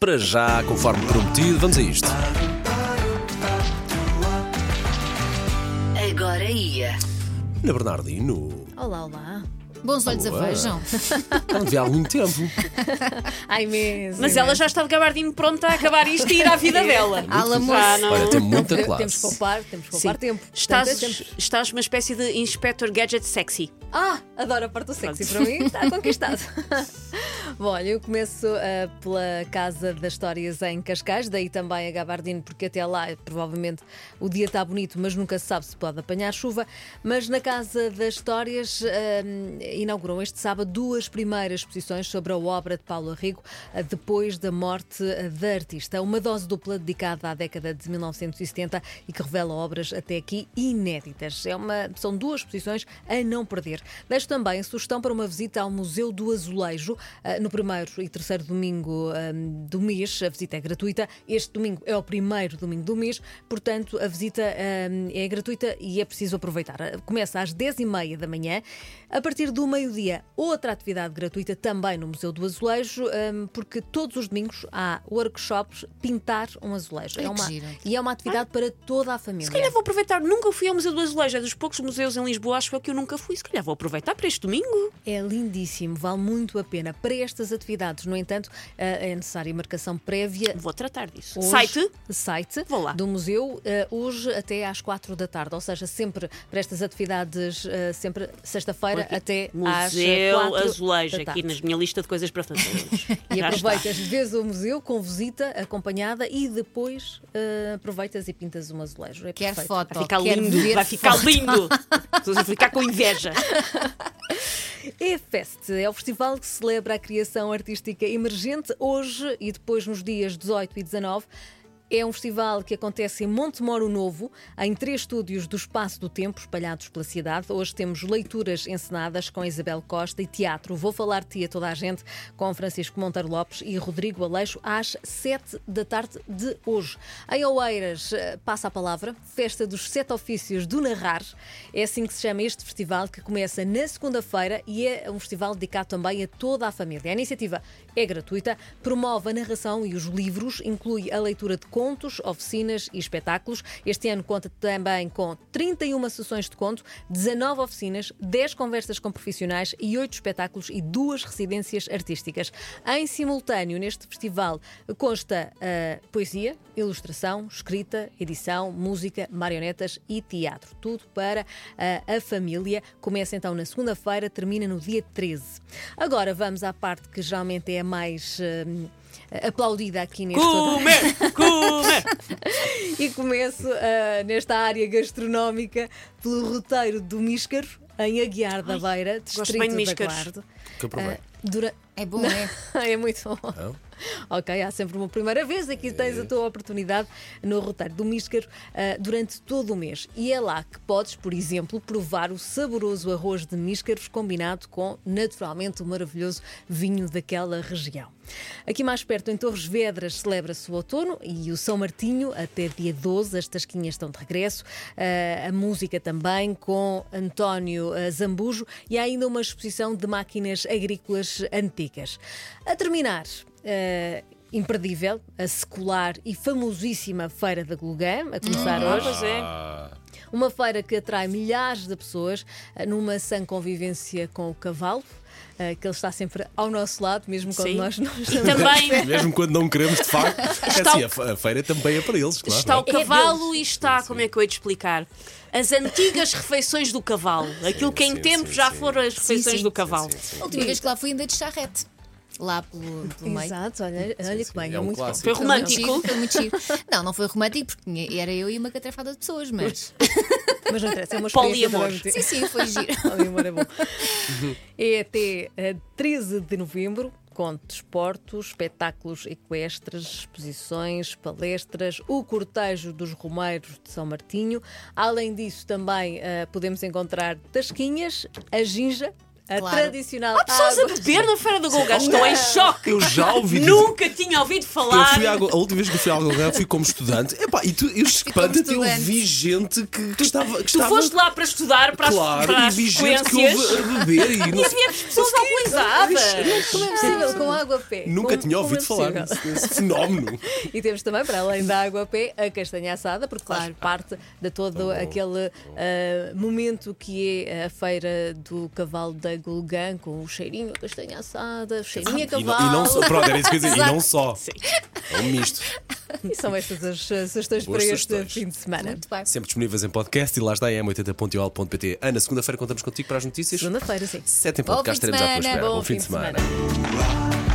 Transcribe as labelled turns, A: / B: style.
A: Para já, conforme prometido, vamos a isto.
B: Agora ia.
A: Ana Bernardino,
C: Olá, olá.
D: Bons olhos
A: Boa.
D: a vejam.
A: não vi há muito tempo.
C: Ai, mesmo.
E: Mas ela já está de gabardinho pronta a acabar isto e ir à vida dela.
C: Ala,
E: Já
C: moço.
E: Ah, não-
A: Olha, tem muita
C: Temos que
A: classe.
C: poupar, temos que
E: Sim.
C: poupar tempo.
E: Estás,
C: Portanto, temos-
E: estás uma espécie de Inspector Gadget sexy.
C: Ah, adoro a parte do sexy para
E: Pronto.
C: mim. Está conquistado. Bom, olha, eu começo ah, pela Casa das Histórias em Cascais, daí também a Gabardino, porque até lá provavelmente o dia está bonito, mas nunca se sabe se pode apanhar chuva. Mas na Casa das Histórias ah, inauguram este sábado duas primeiras exposições sobre a obra de Paulo Arrigo ah, depois da morte ah, da artista. Uma dose dupla dedicada à década de 1970 e que revela obras até aqui inéditas. É uma, são duas exposições a não perder. Deixo também a sugestão para uma visita ao Museu do Azulejo ah, no primeiro e terceiro domingo ahm, do mês. A visita é gratuita. Este domingo é o primeiro domingo do mês, portanto, a visita ahm, é gratuita e é preciso aproveitar. Ah, Começa às 10h30 da manhã. A partir do meio-dia, outra atividade gratuita também no Museu do Azulejo, ahm, porque todos os domingos há workshops Pintar um Azulejo.
D: Ai,
C: é
D: que
C: uma,
D: giro. Ah.
C: e é uma atividade para toda a família.
E: Se calhar vou aproveitar, nunca fui ao Museu do Azulejo, é dos poucos museus em Lisboa, acho eu que eu nunca fui. Se calhar vou aproveitar para este domingo.
C: É lindíssimo, vale muito a pena para estas atividades. No entanto, eh, é necessária marcação prévia.
E: Vou tratar disso.
C: Hoje-
E: Site?
C: Site
E: Vou lá.
C: do museu, eh, hoje até às 4 da tarde, ou seja, sempre para estas atividades, eh, sempre sexta-feira até às
E: Museu
C: 4
E: Azulejo,
C: da tarde.
E: aqui na minha lista de coisas para fazer.
C: E
E: Já está.
C: aproveitas, vês o museu com visita acompanhada e depois eh, aproveitas e pintas um azulejo. É
D: Quer
C: perfeito.
D: foto,
E: Vai ficar
D: quer
E: lindo,
D: ver
E: vai ficar
D: foto.
E: lindo. As pessoas vão ficar com inveja.
C: EFEST é o festival que celebra a criação artística emergente hoje e depois nos dias 18 e 19. É um festival que acontece em Montemoro Novo, em três estúdios do Espaço do Tempo, espalhados pela cidade. Hoje temos leituras encenadas com Isabel Costa e teatro. Vou falar de ti a toda a gente com Francisco Monteiro Lopes e Rodrigo Aleixo às 7 da tarde de hoje. Em Oeiras, eh, passa a palavra, Festa dos Sete Ofícios do Narrar. É assim que se chama este festival, que começa na segunda-feira e é um festival dedicado também a toda a família. A iniciativa é gratuita, promove a narração e os livros, inclui a leitura de contos, oficinas e espetáculos. Este ano conta também com 31 sessões de conto, 19 oficinas, 10 conversas com profissionais e 8 espetáculos e duas residências artísticas. Em simultâneo, neste festival consta ah, poesia, ilustração, escrita, edição, música, marionetas e teatro. Tudo para ah, a família. Começa então na segunda-feira, termina no dia 13. Agora vamos à parte que geralmente é a mais ah, aplaudida aqui neste
E: Comer, comer.
C: e começo ah, nesta área gastronómica pelo roteiro do Míscaro em Aguiar da Beira, distrito
E: bem de
C: da
E: Míscaros.
C: Guardo.
A: Que eu provei.
C: Ah, dura-
D: É bom, é?
C: é muito bom.
A: Não? É
C: Ok, há sempre uma primeira vez. Aqui tens a tua oportunidade no roteiro do Míscaro ah, durante todo o mês. E é lá que podes, por exemplo, provar o saboroso arroz de Míscaros combinado com, naturalmente, o maravilhoso vinho daquela região. Aqui mais perto, em Torres Vedras, celebra-se o outono e o São Martinho até dia 12. As tasquinhas estão de regresso. Ah, a música também com António ah, Zambujo e há ainda uma exposição de máquinas agrícolas antigas. A terminar eh, imperdível, a secular e famosíssima Feira da Gulgã, a começar hoje.
E: Pois é.
C: Uma feira que atrai milhares de pessoas eh, numa sã convivência com o cavalo, eh, que ele está sempre ao nosso lado, mesmo quando
E: Sim.
C: nós não estamos.
E: Também
A: Mesmo quando não queremos, de facto. É assim, a fe- a feira também é para eles, claro.
E: Está
A: não
E: o
A: é?
E: cavalo e está, como é que eu hei de explicar? As antigas refeições do cavalo. Aquilo que em
A: sim,
E: tempo
A: sim,
E: já
A: sim.
E: foram as refeições
D: sim.
E: do cavalo.
D: A última vez que lá fui ainda de charrete. Lá pelo, pelo meio.
C: Exato, olha, olha que bem,
A: é
C: é,
A: um
C: muito
A: clássico.
E: Foi
C: bom.
D: Foi muito
E: romântico.
D: giro, Foi muito giro. Não, não foi romântico porque tinha- era eu e uma catrafada de pessoas, mas.
C: Mas não interessa, é uma experiência
E: Poliamor.
C: também
D: Sim,
C: muito-
D: sim, foi giro.
C: Poliamor é bom. É até eh, 13 de novembro. Com desportos, espetáculos equestres, exposições, palestras, o cortejo dos Romeiros de São Martinho. Além disso, também eh, podemos encontrar tasquinhas, a ginja, a
D: Claro.
C: tradicional
E: Há pessoas
A: Ah,
E: a
C: água.
E: beber na Feira do Golgás. Estou em choque.
A: Eu já ouvi dizer.
E: é Nunca tinha ouvido
A: Eu
E: falar.
A: fui à- a última vez que eu fui ao Algarve fui como estudante. Epá, e tu, eu espanta-te, eu
D: estudante.
A: vi gente que, que estava. Que
E: Tu
A: estava
E: foste lá para estudar, para as,
A: Tá, claro,
E: para
A: e
E: as
A: vi gente que
E: frequências.
A: houve a beber e não-
E: E havia pessoas
A: é
E: alcoolizadas.
C: Como é possível com água a pé?
A: nunca tinha
C: Como- como é
A: ouvido falar
C: possível?
A: nesse, nesse fenómeno.
C: E temos também, para além da água a pé, a castanha assada, porque faz parte de todo aquele ah, momento que é a feira do cavalo da Gulgã, com o cheirinho, a castanha assada, o cheirinho a
A: E,
C: cavalo.
A: não- e não só. Pronto, era isso que eu ia dizer, E não só. É um misto.
C: E são estas as ah, sugestões
A: Boas
C: para
A: sugestões.
C: este fim de semana.
D: Muito bem.
A: Sempre disponíveis em podcast e lá está é em m80.ol.pt. Ana, segunda-feira contamos contigo para as notícias.
C: Segunda-feira, sim.
A: Sete em
D: Bom
A: podcast,
D: fim de
A: estaremos à tua
D: semana,
A: espera.
D: bom
A: Bom fim de semana.